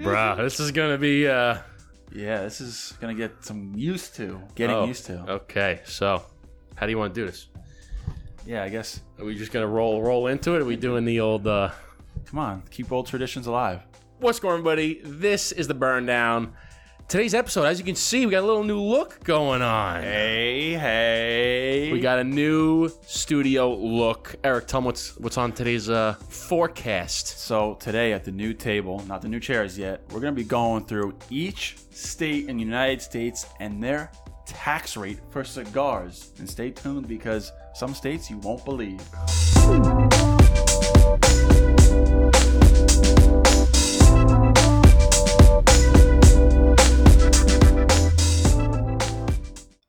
Bruh, this is gonna be uh Yeah, this is gonna get some used to. Getting oh, used to. Okay, so how do you want to do this? Yeah, I guess. Are we just gonna roll roll into it? Are we doing the old uh Come on, keep old traditions alive. What's going on, buddy? This is the burn down. Today's episode, as you can see, we got a little new look going on. Hey, hey. We got a new studio look. Eric, tell me what's what's on today's uh forecast. so today at the new table, not the new chairs yet, we're gonna be going through each state in the United States and their tax rate for cigars. And stay tuned because some states you won't believe.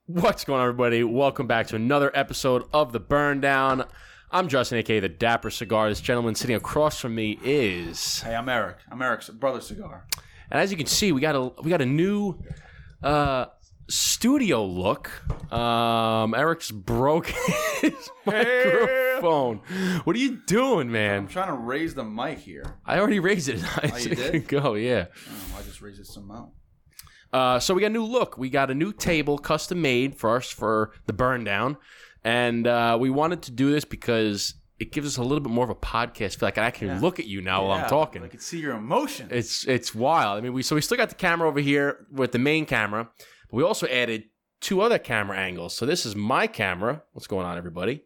What's going on, everybody? Welcome back to another episode of the Burn Down. I'm Justin, aka the Dapper Cigar. This gentleman sitting across from me is, Hey, I'm Eric. I'm Eric's brother cigar. and as you can see, we got a we got a new uh, studio look. Um, Eric's broke his microphone. What are you doing, I'm man? trying to raise the mic here. I already raised it. I Oh, you did? go. Yeah. Oh, I just raised it some amount. Uh, so we got a new look. We got a new table, custom made for us for the burn down, and uh, we wanted to do this because it gives us a little bit more of a podcast feel. Like I can look at you now while I'm talking. I can see your emotion. it's it's wild. I mean, we so we still got the camera over here with the main camera, but we also added two other camera angles. So this is my camera. What's going on, everybody?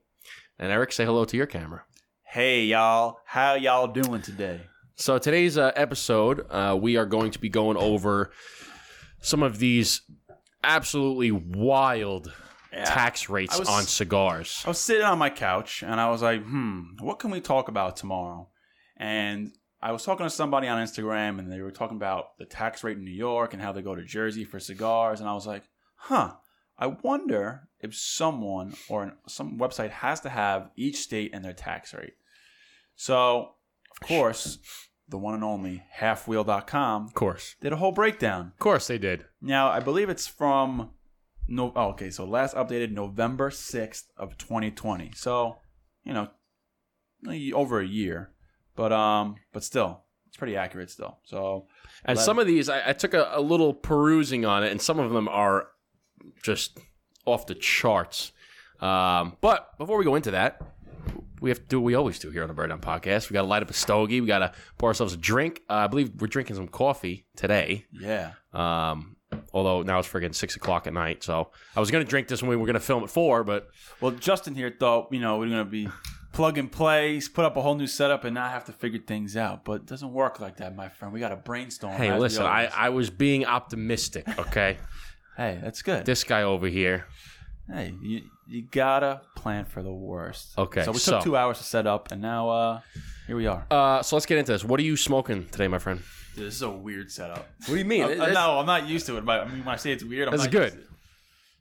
And Eric, say hello to your camera. Hey y'all, how y'all doing today? So today's uh, episode, uh, we are going to be going over some of these absolutely wild tax rates I was- on cigars. I was sitting on my couch and I was like, hmm, what can we talk about tomorrow? And I was talking to somebody on Instagram and they were talking about the tax rate in New York and how they go to Jersey for cigars. And I was like, huh, I wonder if someone or an, some website has to have each state and their tax rate. So, of course, the one and only halfwheel.com Of course, did a whole breakdown. of course they did. Now, I believe it's from no. Oh, okay, so last updated November sixth of 2020. So, you know, eh, over a year, but um, but still, it's pretty accurate still. So, And Let- some of these, I, I took a, a little perusing on it, and some of them are just off the charts. Um, but before we go into that, we have to do what we always do here on the Bird Down Podcast. We got to light up a stogie. We got to pour ourselves a drink. Uh, I believe we're drinking some coffee today. yeah, Um, although now it's friggin' six o'clock at night, so I was gonna drink this when we were gonna film at four, but Well, Justin here thought, you know, we're going to be plug and play, put up a whole new setup, and not have to figure things out. But it doesn't work like that, my friend. We got to brainstorm. hey, as we listen, I, always. I was being optimistic. Okay, Hey, that's good. this guy over here. hey, you, you got to plan for the worst. Okay, So we so- took two hours to set up, and now uh here we are. Uh, so let's get into this. What are you smoking today, my friend? Dude, this is a weird setup. What do you mean? I- I- no, Uh, I'm not used to it. But I mean, when I say it's weird, I'm That's not good. used to it.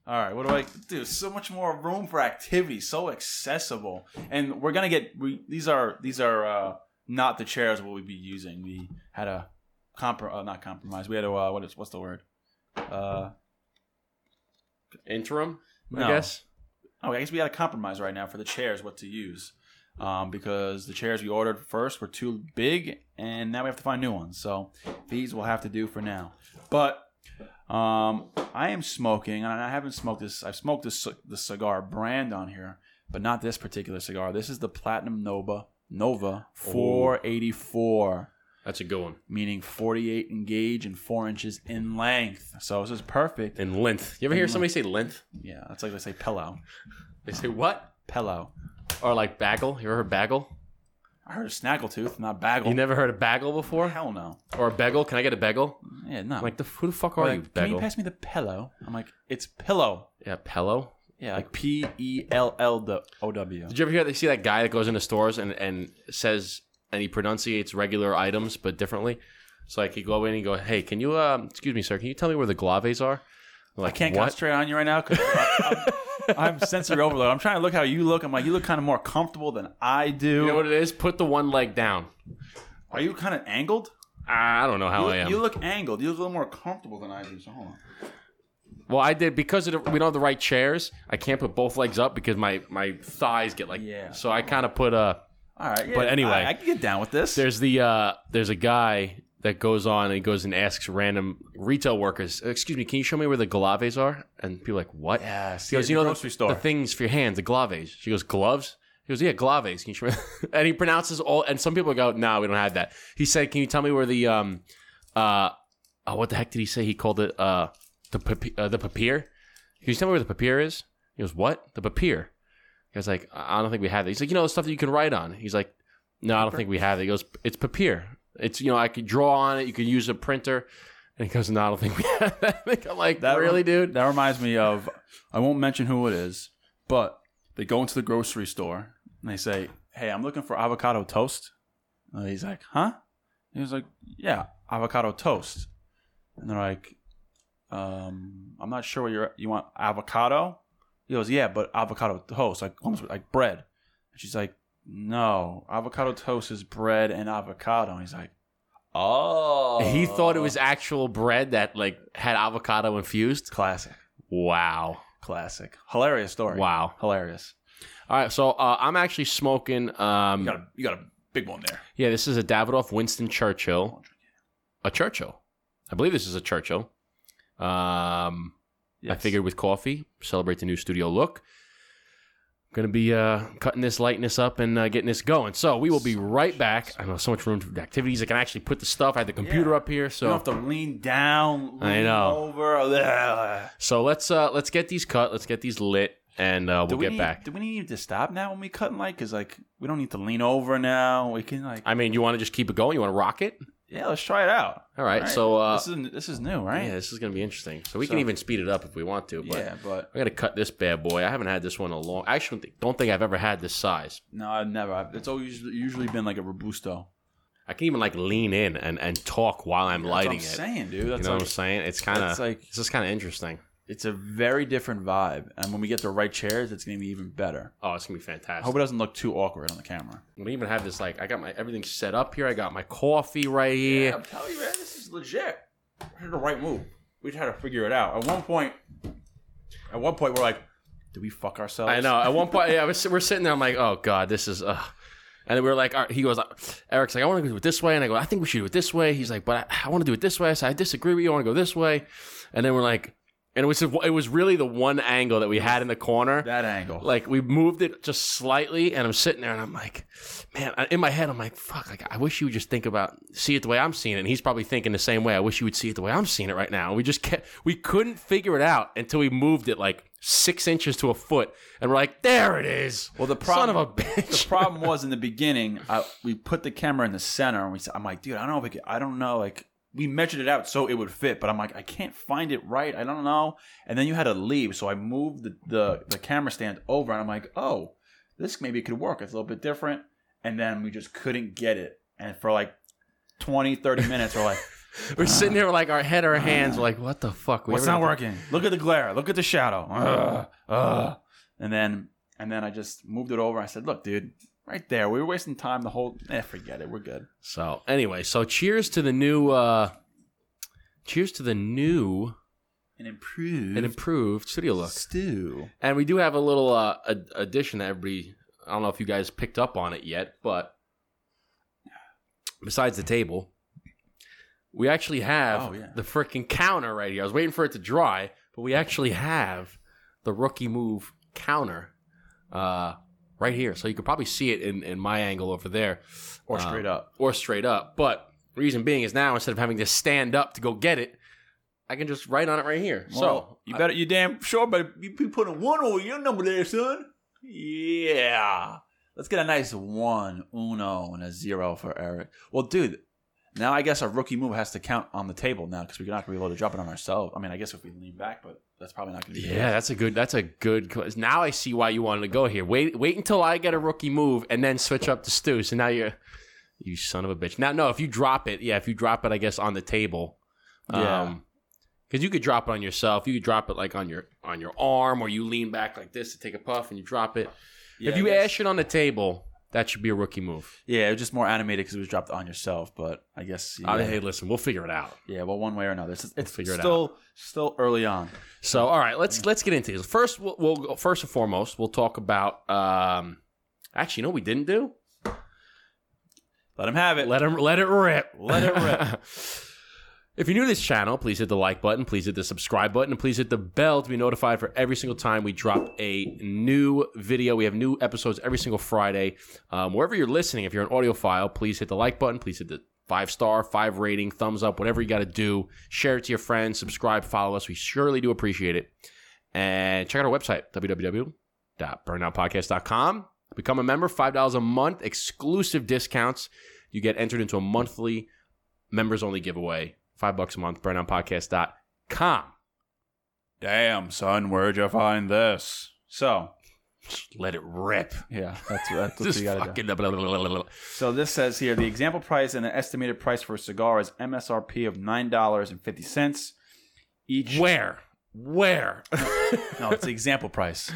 All right, what do I do? So much more room for activity, so accessible, and we're gonna get. We, these are these are uh, not the chairs we'll be using. We had a compro, uh, not compromise. We had a uh, what is what's the word? Uh, interim, No. I guess. oh, I guess we had a compromise right now for the chairs, what to use, um, because the chairs we ordered first were too big, and now we have to find new ones. So these will have to do for now. But um, I am smoking, and I haven't smoked this. I've smoked this the cigar brand on here, but not this particular cigar. This is the Platinum Nova Nova 484 That's a good one. meaning 48 in gauge and 4 inches in length so this is perfect And length. You ever hear somebody say length? yeah that's like they say pillow They say what? pillow Or like bagel. You ever heard bagel? i heard a snaggletooth not bagel You never heard a bagel before? Hell no. Or a bagel? Can I get a bagel? Yeah, no. I'm like, the, who the fuck are Like, you, can you bagel? pass me the pillow? I'm like, it's pillow. yeah, pillow. Yeah, like P E L L O W. Did you ever hear that? See that guy that goes into stores and, and says and he pronunciates regular items but differently. So like he go in and go, hey, can you um, excuse me, sir, can you tell me where the glaves are? I'm like, I can't what? concentrate on you right now because I'm, I'm sensory overload. I'm trying to look how you look. I'm like, you look kind of more comfortable than I do. You know what it is? Put the one leg down. Are you kind of angled? I don't know how Oh, You, I look- am. you look angled. You look a little more comfortable than I do. So hold on. well, I did because of the, we don't have the right chairs. I can't put both legs up because my my thighs get like. Yeah. So I kind of put a. All right. yeah, But anyway. I, I can get down with this. There's the uh there's a guy that goes on and he goes and asks random retail workers, "Excuse me, can you show me where the glaves are?" And people are like, "What?" Yes. He yeah, goes, the "You know grocery the, store. the things for your hands, the glaves." She goes, "Gloves." He goes, "Yeah, glaves." Can you show me? and he pronounces all. And some people go, "No, we don't have that." He said, "Can you tell me where the um, uh, oh, what the heck did he say? He called it uh, the pap- uh, the papier. Can you tell me where the papier is?" He goes, "What? The papier?" He was like, "I I don't think we have that." He's like, "You know, the stuff that you can write on." He's like, "No, I don't think we have that." He goes, "It's papier. It's you know, I could draw on it. You could use a printer." And he goes, "No, I don't think we have that." I'm like, That "Really, rem- dude?" That reminds me of I won't mention who it is, but they go into the grocery store and they say, "Hey, I'm looking for avocado toast." And he's like, "Huh?" He was like, "Yeah, avocado toast." And they're like, um, "I'm not sure what you you want avocado." He goes, "Yeah, but avocado toast, like almost like bread." And she's like, "No, avocado toast is bread and avocado." And he's like, "Oh." He thought it was actual bread that like had avocado infused. classic, Wow. classic, hilarious story. Wow. hilarious. All right, so uh, I'm actually smoking. Um, You got a you got a big one there. yeah, this is a Davidoff Winston Churchill. A Churchill, I believe this is a Churchill. Um, I figured with coffee, celebrate the new studio look. Gonna be uh, cutting this, lighting this up, and uh, getting this going. So we will be right back. I know so much room for activities. I can actually put the stuff. I have the computer Yeah. up here, you so don't have to lean down. Lean I know. Over. Ugh. so let's uh, let's get these cut. Let's get these lit, and uh, Do we'll we get need, back. Do we need to stop now when we cut and like? Cause like we don't need to lean over now. We can like I mean, you want to just keep it going? You want to rock it? yeah, let's try it out. All right. So uh, this is this is new, right? Yeah, this is going to be interesting. So we So- can even speed it up if we want to. But Yeah, but I got to cut this bad boy. I haven't had this one in a long. I actually don't think- don't think I've ever had this size. no, I've never. I've, it's always usually been like a robusto. I can even like lean in and, and talk while I'm lighting That's it. what I'm saying, dude. You That's know what I'm like, saying? It's kind that's of like- this is kind of interesting. it's a very different vibe, and when we get the right chairs, it's gonna be even better. Oh, it's gonna be I fantastic. hope it doesn't look too awkward on the camera. we even have this like I got my everything set up here. I got my coffee right here. I'm telling you, man, this is legit. We did the right move. We just had to figure it out. At one point, at one point, we're like, "Do we fuck ourselves?" I know. At one point, yeah, I was, we're sitting there. I'm like, oh god, this is. Uh. And then we were like, all right, he goes, uh, Eric's like, I want to do it this way, and I go, I think we should do it this way. He's like, but I, I want to do it this way. I said, I disagree with you. I want to go this way. And then we're like, and it was it was really the one angle that we had in the corner. that angle. like we moved it just slightly, and I'm sitting there, and I'm like, man, I- in my head, I'm like, fuck, like I wish you would just think about see it the way I'm seeing it. And he's probably thinking the same way. I wish you would see it the way I'm seeing it right now. And we just kept, we couldn't figure it out until we moved it like six inches to a foot, and we're like, there it is. well, the Son problem, of a bitch. the problem was in the beginning. I, we put the camera in the center, and we. said- I'm like, dude, I don't know if we could, I don't know. Like, we measured it out so it would fit, but I'm like, I can't find it right. I don't know. And then you had to leave, so I moved the the, the camera stand over, and I'm like, oh, this maybe could work. It's a little bit different. And then we just couldn't get it, and for like 20, 30 minutes, we're like. we're sitting here with like our head, our hands, we're like, what the fuck? We What's ever- not working? Look at the glare. Look at the shadow. Ugh, ugh. And then and then I just moved it over. I said, "Look, dude, right there. We were wasting time. The whole. Eh, forget it. We're good." So anyway, so cheers to the new. uh Cheers to the new And improved. and improved studio look. stew. And we do have a little uh, ad- addition that everybody. I don't know if you guys picked up on it yet, but besides the table, we actually have Oh, yeah. the freaking counter right here. I was waiting for it to dry, but we actually have the rookie move counter uh, right here. So you could probably see it in, in my angle over there, Or Uh, straight up. or straight up. But reason being is now instead of having to stand up to go get it, I can just write on it right here. so Well, you better. You damn sure. But you be putting one over your number there, son. Yeah. Let's get a nice one, uno, and a zero for Eric. Well, dude. Now I guess our rookie move has to count on the table now because we're not going to be able to drop it on ourselves. I mean, I guess if we lean back, but that's probably not going to be. Yeah, that's a good. That's a good. co- Now I see why you wanted to go here. Wait, wait until I get a rookie move and then switch up to Stu. So now you're, you son of a bitch. Now, no, if you drop it, yeah, if you drop it, I guess on the table, Yeah. because you could drop it on yourself. You could drop it like on your on your arm, or you lean back like this to take a puff and you drop it. Yeah, if you I guess- ash it on the table, that should be a rookie move. Yeah, it was just more animated because it was dropped on yourself. But I guess yeah, I mean, hey, listen, we'll figure it out. yeah well, one way or another, it's, it's figure it still still early on. So, all right, let's let's get into this. First, we'll, we'll go- first and foremost, we'll talk about. um Actually, you know, what we didn't do. Let him have it. Let him let it rip. Let it rip. if you're new to this channel, please hit the like button, please hit the subscribe button, and please hit the bell to be notified for every single time we drop a new video. We have new episodes every single Friday. Um, wherever you're listening, if you're an audio file, please hit the like button, please hit the five star, five rating, thumbs up, whatever you got to do. Share it to your friends, subscribe, follow us. We surely do appreciate it. And check out our website, www.burnoutpodcast.com. Become a member, $5 a month, exclusive discounts. You get entered into a monthly members only giveaway, five bucks a month, burnoutpodcast.com. Damn, son, where'd you find this? So, Just Let it rip. yeah, that's, that's what Just you gotta do. fucking blah, blah, blah, blah, blah. So this says here the example price and the estimated price for a cigar is MSRP of nine dollars and fifty cents each. Where? Where? No, it's the example price.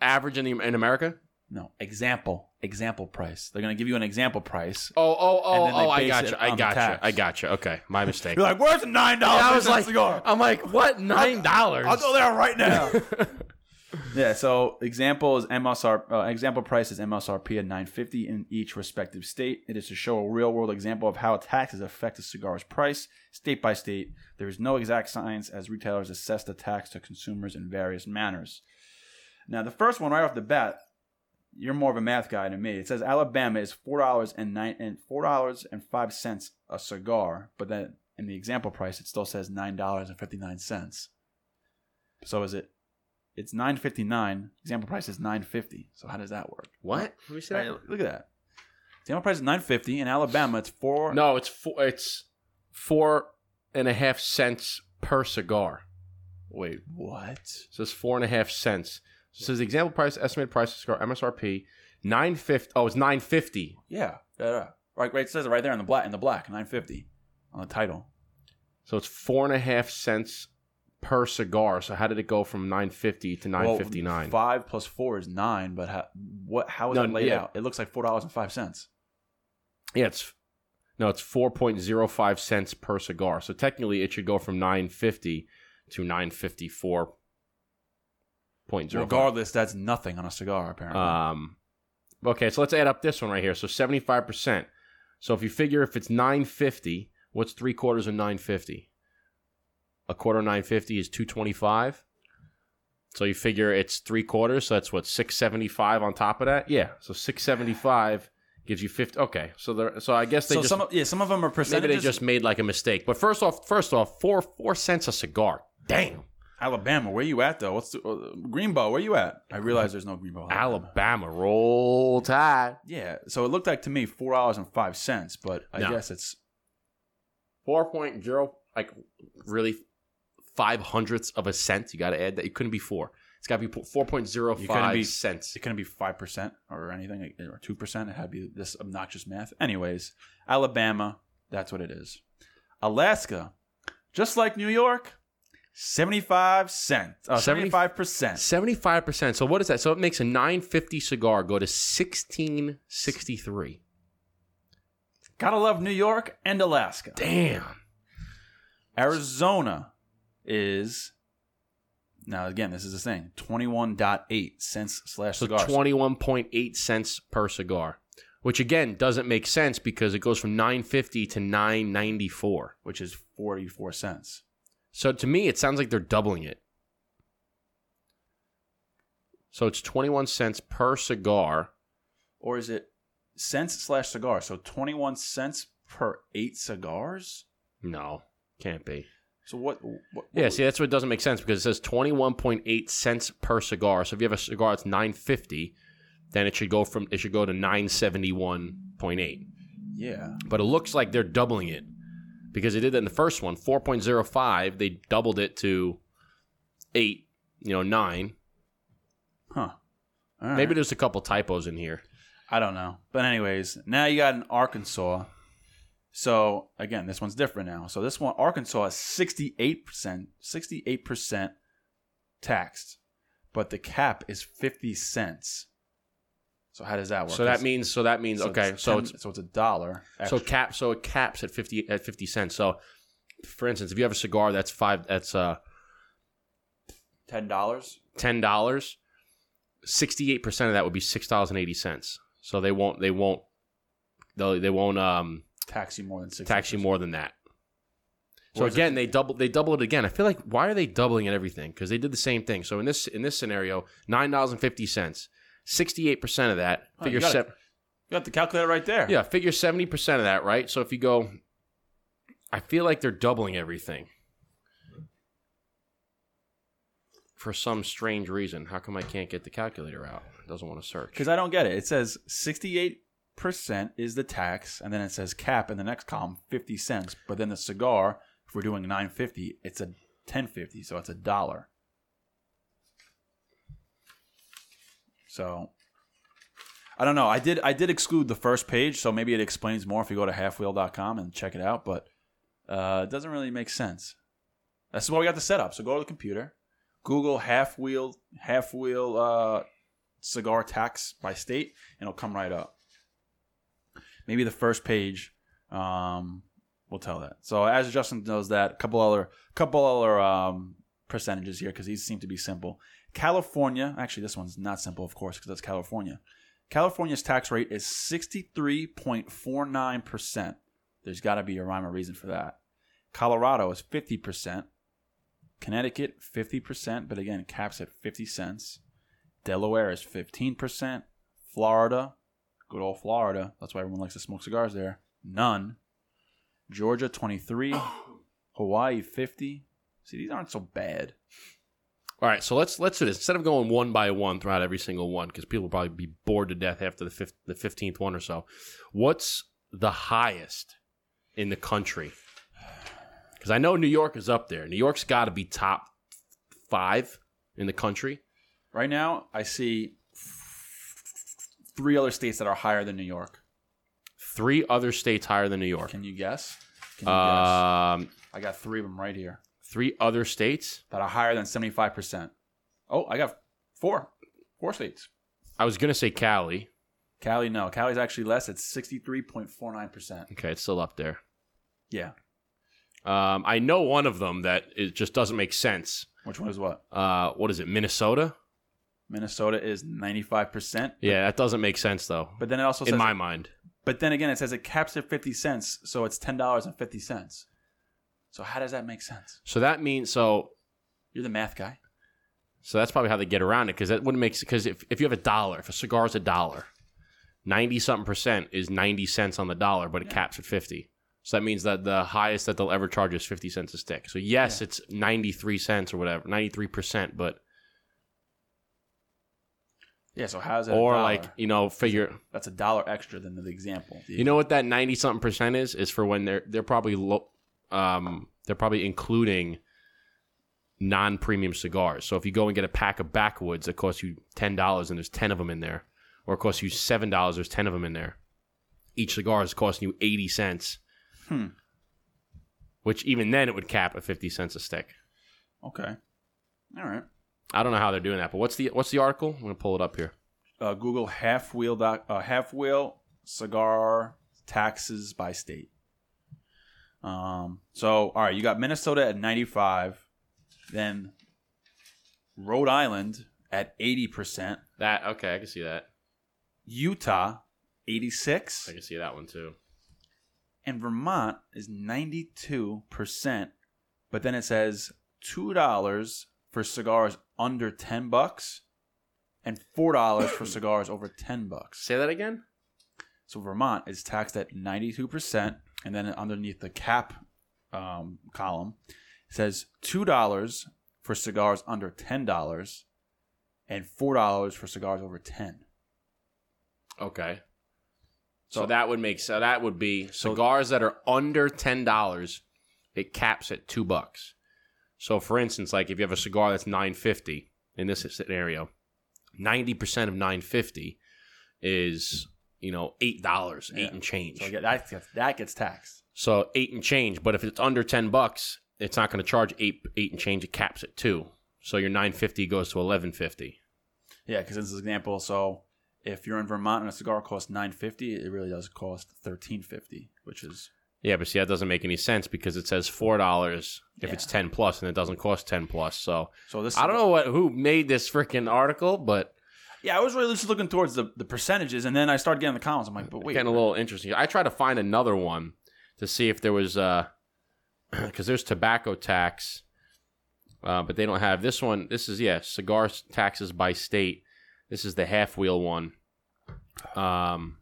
Average in, the, in America? No, example, example price. They're gonna give you an example price. Oh, oh, oh, And then they oh, I base gotcha. it I on the gotcha. tax. I gotcha. Okay. My mistake. You're like, where's the nine dollars? I was like, I'm like, what? Nine dollars? I'll go there right now. yeah. So example is MSR. Uh, example price is MSRP at nine fifty in each respective state. It is to show a real world example of how taxes affect a cigar's price, state by state. There is no exact science as retailers assess the tax to consumers in various manners. Now the first one right off the bat. You're more of a math guy than me. It says Alabama is four dollars and nine and four dollars and five cents a cigar, but then in the example price, it still says nine dollars and fifty nine cents. So is it? It's nine fifty nine. Example price is nine fifty. So how does that work? What? Let me see that. Look at that. Example price is nine fifty in Alabama. It's four. No, it's four. It's four and a half cents per cigar. Wait, what? So it's four and a half cents. So it says the example price, estimated price of cigar MSRP nine fifty. Oh, it's nine fifty. Yeah, yeah, yeah. Right, right. It says it right there in the black. In the black, nine fifty on the title. So it's four and a half cents per cigar. So how did it go from nine fifty to nine fifty nine? Well, five plus four is nine. But how, what? How is No, it laid yeah. out? It looks like four dollars and five cents. Yeah, it's no, it's four point zero five cents per cigar. So technically, it should go from nine fifty to nine fifty four point zero. Regardless, that's nothing on a cigar apparently. Um, okay, so let's add up this one right here. So seventy five percent. So if you figure if it's nine fifty, what's three quarters of nine fifty? A quarter of nine fifty is two twenty five. So you figure it's three quarters, so that's what six seventy five on top of that. Yeah, so six seventy five gives you fifty. Okay, so there. So I guess they so just some, of- yeah, some of them are maybe percentages. they just made like a mistake. But first off, first off, four four cents a cigar. Damn, Alabama, where you at though? What's the, uh, Greenbow? Where you at? I realize there's no Greenbow. Alabama, roll tide. Yeah, so it looked like to me four dollars and five cents, but I No. guess it's four point zero, like really five hundredths of a cent. You got to add that. It couldn't be four. It's got to be four point zero You couldn't five be- cents. it couldn't be five percent or anything like- or two percent. It had to be this obnoxious math. Anyways, Alabama, that's what it is. Alaska, just like New York, seventy-five cent, uh, Seventy- seventy-five percent. Seventy five percent. So what is that? So it makes a nine fifty cigar go to sixteen sixty three. Gotta love New York and Alaska. Damn. Arizona is now again. This is the thing: twenty-one point eight cents slash So cigars. twenty one point eight cents per cigar, which again doesn't make sense because it goes from nine fifty to nine ninety four. which is 44 cents. So to me, it sounds like they're doubling it. So it's twenty one cents per cigar. Or is it cents slash cigar? So 21 cents per eight cigars? No, can't be. So what? what Yeah, see, that's what doesn't make sense because it says twenty-one point eight cents per cigar. So if you have a cigar that's nine fifty, then it should go from it should go to nine seventy-one point eight. Yeah. But it looks like they're doubling it because they did that in the first one, four point zero five. They doubled it to eight, you know, nine. Huh. All right. Maybe there's a couple typos in here. I don't know. But, anyways, now you got an Arkansas. So, again, this one's different now. So, this one, Arkansas is 68%, 68% taxed, but the cap is 50 cents. So, how does that work? So that means so that means okay. so it's so it's a dollar. So extra. cap so it caps at fifty at fifty cents. So for instance, if you have a cigar that's five that's uh $10? ten dollars, sixty eight percent of that would be six dollars and eighty cents. So they won't they won't They'll, they won't um, Tax you more than six. tax you more than that. So Or is it- again, they double they double it again. I feel like why are they doubling it everything? Because they did the same thing. So in this in this scenario, nine dollars and fifty cents, sixty eight percent of that Oh, figure you got seven. You got the calculator right there. Yeah, figure seventy percent of that, right? So if you go, I feel like they're doubling everything for some strange reason. How come I can't get the calculator out? It doesn't want to search. Because I don't get it. It says 68% is the tax, and then it says cap in the next column, 50 cents. But then the cigar, if we're doing 950, it's a 1050, so it's a dollar. So I don't know. I did I did exclude the first page, so maybe it explains more if you go to halfwheel.com and check it out, but uh, it doesn't really make sense. That's why we got the setup. So go to the computer, Google half wheel half wheel uh, cigar tax by state, and it'll come right up. Maybe the first page um, will tell that. So as Justin does that, a couple other couple other um, percentages here because these seem to be simple. California, actually, this one's not simple, of course, because that's California. California's tax rate is sixty three point four nine percent. There's got to be a rhyme or reason for that. Colorado is fifty percent. Connecticut fifty percent, but again caps at fifty cents. Delaware is 15%. Florida, good old Florida. That's why everyone likes to smoke cigars there. None. Georgia 23. Hawaii 50. See, these aren't so bad. All right, so let's let's do this instead of going one by one throughout every single one because people will probably be bored to death after the fifth, the fifteenth one or so. What's the highest in the country? Because I know New York is up there. New York's got to be top five in the country. Right now, I see three other states that are higher than New York. Three other states higher than New York. Can you guess? Can you guess? Um, I got three of them right here three other states. that are higher than 75%. Oh, I got four. Four states. I was gonna say Cali. Cali, no. Cali's actually less. It's 63.49%. Okay, it's still up there. Yeah. Um, I know one of them that it just doesn't make sense. Which one is what? Uh, what is it? Minnesota. Minnesota is 95%. Yeah, that doesn't make sense though. But then it also says in my mind. But then again it says it caps at 50 cents, so it's $10.50. So how does that make sense? So that means so You're the math guy. so that's probably how they get around it because that wouldn't make because if, if you have a dollar, if a cigar is a dollar, ninety something percent is ninety cents on the dollar, but it caps at fifty. So that means that the highest that they'll ever charge is fifty cents a stick. So yes, it's ninety three cents or whatever, ninety three percent, but Yeah, so how is that a or dollar? like you know figure that's a dollar extra than the example. you know what that ninety something percent is is for when they're they're probably low, um they're probably including non premium cigars. So if you go and get a pack of backwoods that costs you ten dollars and there's ten of them in there, or it costs you seven dollars, there's ten of them in there. Each cigar is costing you eighty cents. Hmm. Which even then it would cap at fifty cents a stick. Okay. All right. I don't know how they're doing that, but what's the what's the article? I'm gonna pull it up here. Uh, Google half wheel doc, uh, half wheel cigar taxes by state. Um, so all right, you got Minnesota at 95, then Rhode Island at 80%, That okay, I can see that. Utah 86, I can see that one too. and Vermont is 92%, but then it says $2 for cigars under 10 bucks and $4 for cigars over 10 bucks. Say that again? So Vermont is taxed at 92%, and then underneath the cap um, column it says $2 for cigars under $10 and $4 for cigars over 10. Okay. So, So- that would make so that would be cigars that are under ten dollars. It caps at two bucks. So for instance, like if you have a cigar that's nine fifty in this scenario, ninety percent of nine fifty is you know eight dollars, Yeah. eight and change. So yeah, that gets, that gets taxed. So eight and change, but if it's under ten bucks, it's not going to charge eight eight and change. It caps at two. So your nine fifty goes to eleven fifty. Yeah, because this is an example. So if you're in Vermont and a cigar costs nine fifty, it really does cost thirteen fifty, which is Yeah, but see that doesn't make any sense because it says four dollars if it's ten plus, and it doesn't cost ten plus. So so. This I don't know what who made this freaking article, but Yeah, I was really just looking towards the, the percentages, and then I started getting the comments. I'm like, but wait, Getting a little interesting. I tried to find another one to see if there was, because there's tobacco tax, uh, but they don't have this one. This is yeah, cigar s- taxes by state. This is the half wheel one, um,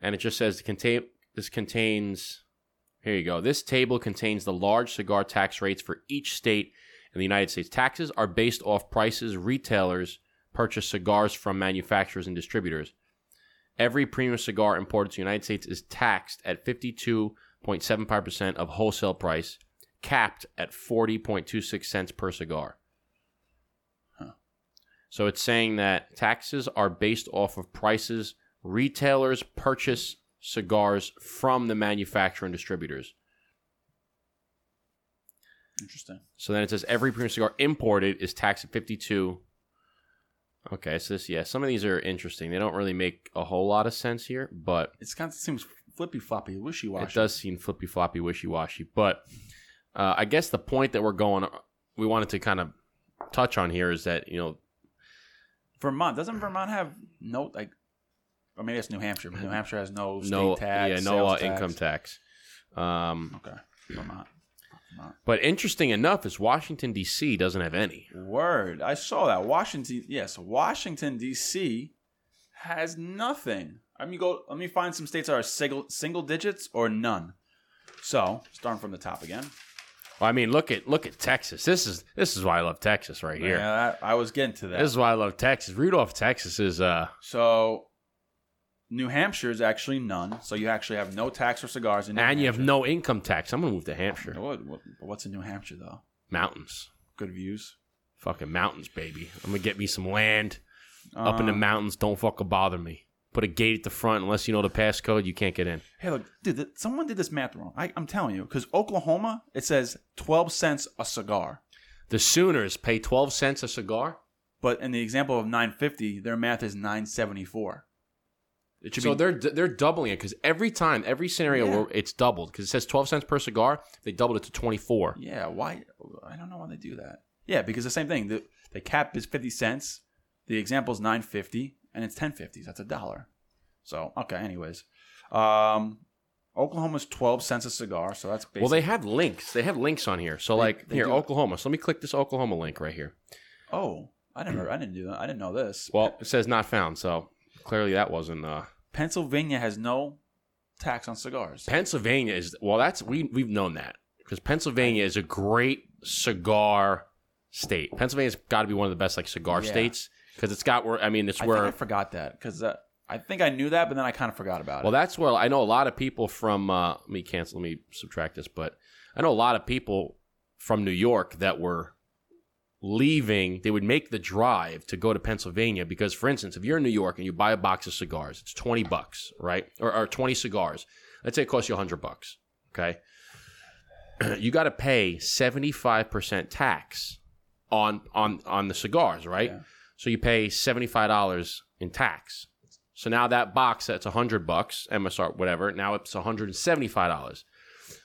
and it just says the contain this contains. Here you go. This table contains the large cigar tax rates for each state in the United States. Taxes are based off prices retailers purchase cigars from manufacturers and distributors. Every premium cigar imported to the United States is taxed at 52.75% of wholesale price, capped at 40.26 cents per cigar. Huh. So it's saying that taxes are based off of prices retailers purchase cigars from the manufacturer and distributors. interesting. So then it says every premium cigar imported is taxed at 52. Okay, so this, yeah, some of these are interesting. They don't really make a whole lot of sense here, but It's kind of seems flippy floppy, wishy It washy. does seem flippy floppy, wishy washy. But uh, I guess the point that we're going, we wanted to kind of touch on here is that you know Vermont doesn't Vermont have no like? I mean, it's New Hampshire. But New Hampshire has no state Mm. no tax, yeah no sales uh, tax. income tax. Um, Okay, Vermont. Vermont. but interesting enough is Washington D.C. doesn't have any. Word, I saw that Washington. Yes, Washington D.C. has nothing. Let me go. Let me find some states that are single single digits or none. So starting from the top again. I mean, look at look at Texas. This is this is why I love Texas right here. Yeah, I, I was getting to that. This is why I love Texas. Rudolph, Texas is uh So New Hampshire is actually none. So you actually have no tax for cigars in New and you have Hampshire. no income tax. I'm gonna move to Hampshire. What- what- what's in New Hampshire though? Mountains. Good views. Fucking mountains, baby. I'm gonna get me some land. up in the Uh, mountains. Don't fucking bother me. Put a gate at the front unless you know the passcode. You can't get in. Hey, look, dude, th- someone did this math wrong. I, I'm telling you, because Oklahoma, it says 12 cents a cigar. The Sooners pay twelve cents a cigar. But in the example of 950, their math is 974. It should So be they're they're doubling it because every time, every scenario Yeah. where it's doubled because it says twelve cents per cigar, they doubled it to twenty four. Yeah, why? I don't know why they do that. Yeah, because the same thing. The, the cap is fifty cents. The example is nine fifty, and it's ten fifty. That's a dollar. So okay. Anyways, um, Oklahoma's twelve cents a cigar, so that's basically. Well, they have links. They have links on here. So like they here, do. Oklahoma. So let me click this Oklahoma link right here. oh, I didn't. I didn't do that. I didn't know this. Well, it says not found. So clearly that wasn't. uh Pennsylvania has no tax on cigars. Pennsylvania is well. That's we we've known that because Pennsylvania is a great cigar state. Pennsylvania's got to be one of the best like cigar Yeah. states because it's got where I mean it's I where think I forgot that because uh, I think I knew that, but then I kind of forgot about well it. that's where I know a lot of people from. Uh, let me cancel. Let me subtract this, but I know a lot of people from New York that were leaving. They would make the drive to go to Pennsylvania because, for instance, if you're in New York and you buy a box of cigars, it's twenty bucks, right? Or, or twenty cigars. Let's say it costs you hundred bucks. Okay. you got to pay 75% tax on on on the cigars, right? Yeah. So you pay $75 in tax. So now that box that's 100 bucks, MSR whatever, now it's $175.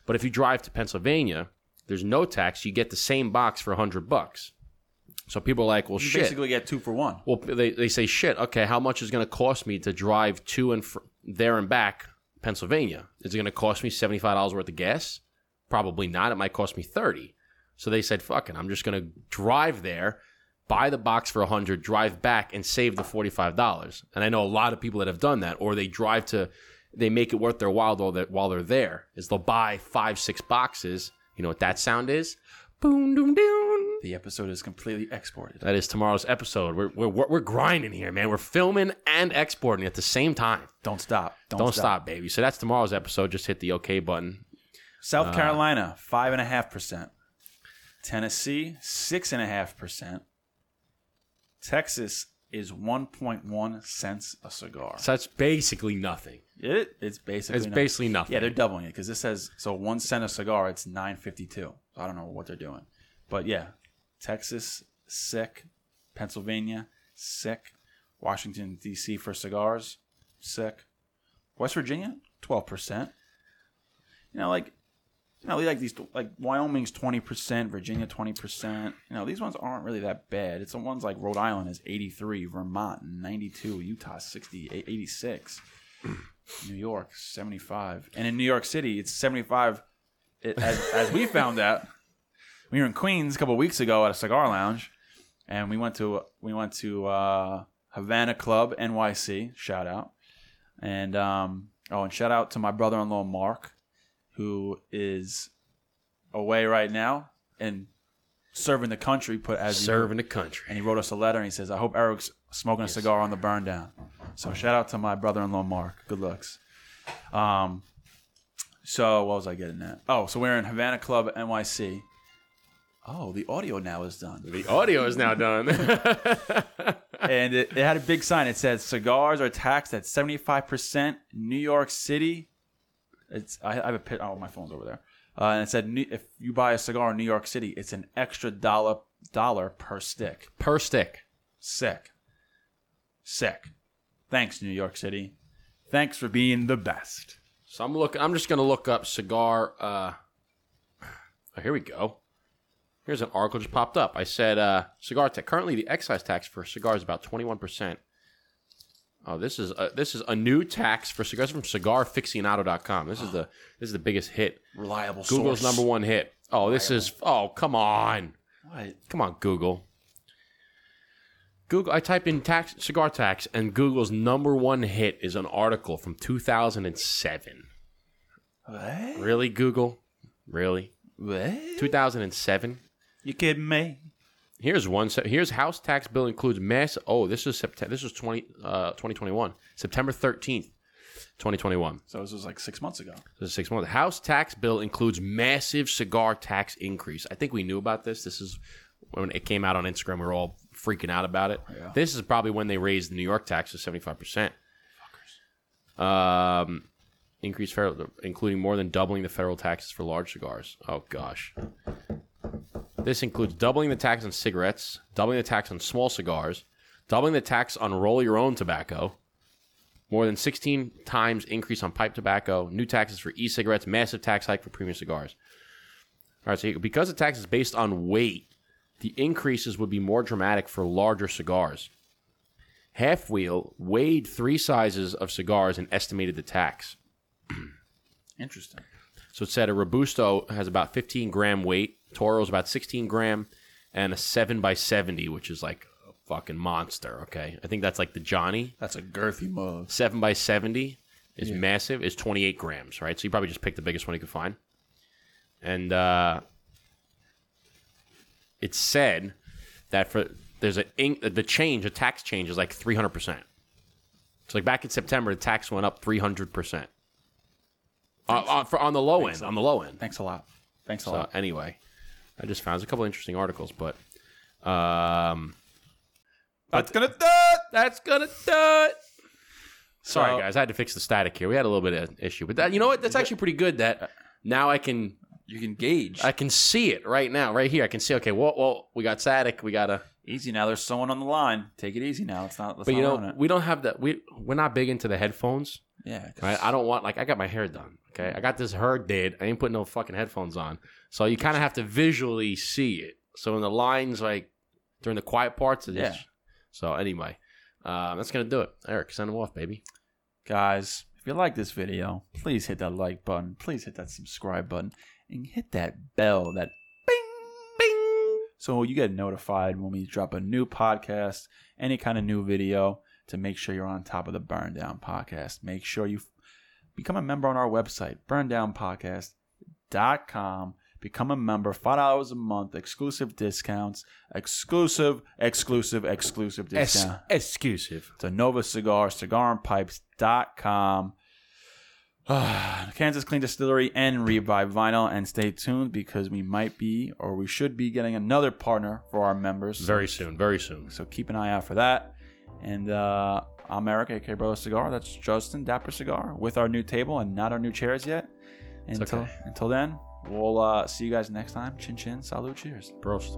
But if you drive to Pennsylvania, there's no tax, you get the same box for 100 bucks. So people are like, "Well, you shit." basically get two for one. Well, they, they say, shit, okay, how much is going to cost me to drive to and fr- there and back Pennsylvania? Is it going to cost me $75 worth of gas? Probably not. It might cost me 30 So they said, fucking, I'm just going to drive there, buy the box for 100 drive back, and save the $45. And I know a lot of people that have done that, or they drive to, they make it worth their while though that while they're there, is they'll buy five, six boxes. You know what that sound is? Boom, doom, doom. The episode is completely exported. That is tomorrow's episode. We're we're, we're, we're grinding here, man. We're filming and exporting at the same time. Don't stop. Don't, Don't stop. stop, baby. So that's tomorrow's episode. Just hit the OK button. South Carolina, five and a half percent. Tennessee, six and a half percent. Texas is one point one cents a cigar. So that's basically nothing. It it's basically It's not- basically nothing. yeah they're doubling it because this says so one cent a cigar it's nine fifty two. So I don't know what they're doing, but yeah, Texas sick, Pennsylvania sick, Washington D.C. for cigars sick, West Virginia twelve percent. You know like you know, like these, like Wyoming's twenty percent, Virginia twenty percent. You know, these ones aren't really that bad. It's the ones like Rhode Island is eighty three, Vermont ninety two, Utah 60, 86, New York seventy five, and in New York City it's seventy five. As, as we found out, we were in Queens a couple of weeks ago at a cigar lounge, and we went to we went to uh, Havana Club NYC. Shout out, and um, oh, and shout out to my brother in law Mark who is away right now and serving the country. Put as he Serving the put. country. and he wrote us a letter and he says, "I hope Eric's smoking a cigar on the burn down." So shout out to my brother-in-law Mark. Good looks. Um, so what was I getting at? Oh, so we're in Havana Club NYC. Oh, the audio now is done, The audio is now done. and it, it had a big sign. It said, "Cigars are taxed at seventy-five percent. New York City It's I, I have a pit. Oh, my phone's over there. Uh, and it said New- if you buy a cigar in New York City, it's an extra dollar dollar per stick. per stick. Sick. Sick. Thanks, New York City. Thanks for being the best. So I'm look. I'm just gonna look up cigar. Uh, oh, here we go. Here's an article just popped up. I said uh, cigar tax. Currently, the excise tax for cigars is about 21 percent. Oh, this is a, this is a new tax for cigars from CigarFixionado.com. This is the this is the biggest hit. Reliable Google's source. number one hit. Oh, this is. Oh, come on. What? Come on, Google. Google. I typed in tax cigar tax, and Google's number one hit is an article from 2007. What? Really, Google? Really? What? 2007. You kidding me? Here's one. se- Here's house tax bill includes mass. Oh, this is September. This is 20, uh, 2021. September 13th, 2021. So this was like six months ago. This is six months. House tax bill includes massive cigar tax increase. I think we knew about this. This is when it came out on Instagram. We were all freaking out about it. Yeah. This is probably when they raised the New York tax to seventy five percent. Um, increased federal, including more than doubling the federal taxes for large cigars. Oh gosh. This includes doubling the tax on cigarettes, doubling the tax on small cigars, doubling the tax on roll your own tobacco, more than 16 times increase on pipe tobacco, new taxes for e cigarettes, massive tax hike for premium cigars. All right, so because the tax is based on weight, the increases would be more dramatic for larger cigars. Half Wheel weighed three sizes of cigars and estimated the tax. Interesting. So it said a Robusto has about 15 gram weight, Toro's about 16 gram, and a 7 by 70 which is like a fucking monster, okay? I think that's like the Johnny. That's a girthy mug. 7 by 70 is massive, is 28 grams, right? So you probably just picked the biggest one you could find. And uh, it said that for there's a in, the change, a tax change is like 300%. So like back in September, the tax went up 300%. Uh, on, for, on the low end, on the low end. Thanks a lot. Thanks a So lot. anyway, I just found a couple interesting articles, but um, That's gonna do it. that's gonna do it. Sorry, So- guys, I had to fix the static here. We had a little bit of an issue, but that you know what? That's actually pretty good. That now I can You can gauge. I can see it right now, right here. I can see. Okay, well, well, we got static. We gotta, easy now. There's someone on the line. Take it easy now. It's not. Let's but you not ruin know, it. we don't have that. We we're not big into the headphones. yeah. 'cause- Right? I don't want like I got my hair done. Okay, I got this hair did. I ain't putting no fucking headphones on, so you kind of have to visually see it. So in the lines, like during the quiet parts, it's, Yeah. So anyway, uh, that's gonna do it. Eric, send them off, baby. Guys, if you like this video, please hit that like button. Please hit that subscribe button and hit that bell, that bing, bing. So you get notified when we drop a new podcast, any kind of new video to make sure you're on top of the Burn Down Podcast. Make sure you f- become a member on our website, burndownpodcast.com. Become a member, $5 a month, exclusive discounts, exclusive, exclusive, exclusive discount uh, exclusive. to Nova Cigar, cigarandpipes.com. Kansas Clean Distillery and Revive Vinyl, and stay tuned because we might be or we should be getting another partner for our members. Very soon. Very soon. So keep an eye out for that. And uh, I'm Eric, aka Brother Cigar. That's Justin Dapper Cigar with our new table and not our new chairs yet. Until okay. until then, we'll uh, see you guys next time. Chin chin, salute, cheers. Bros.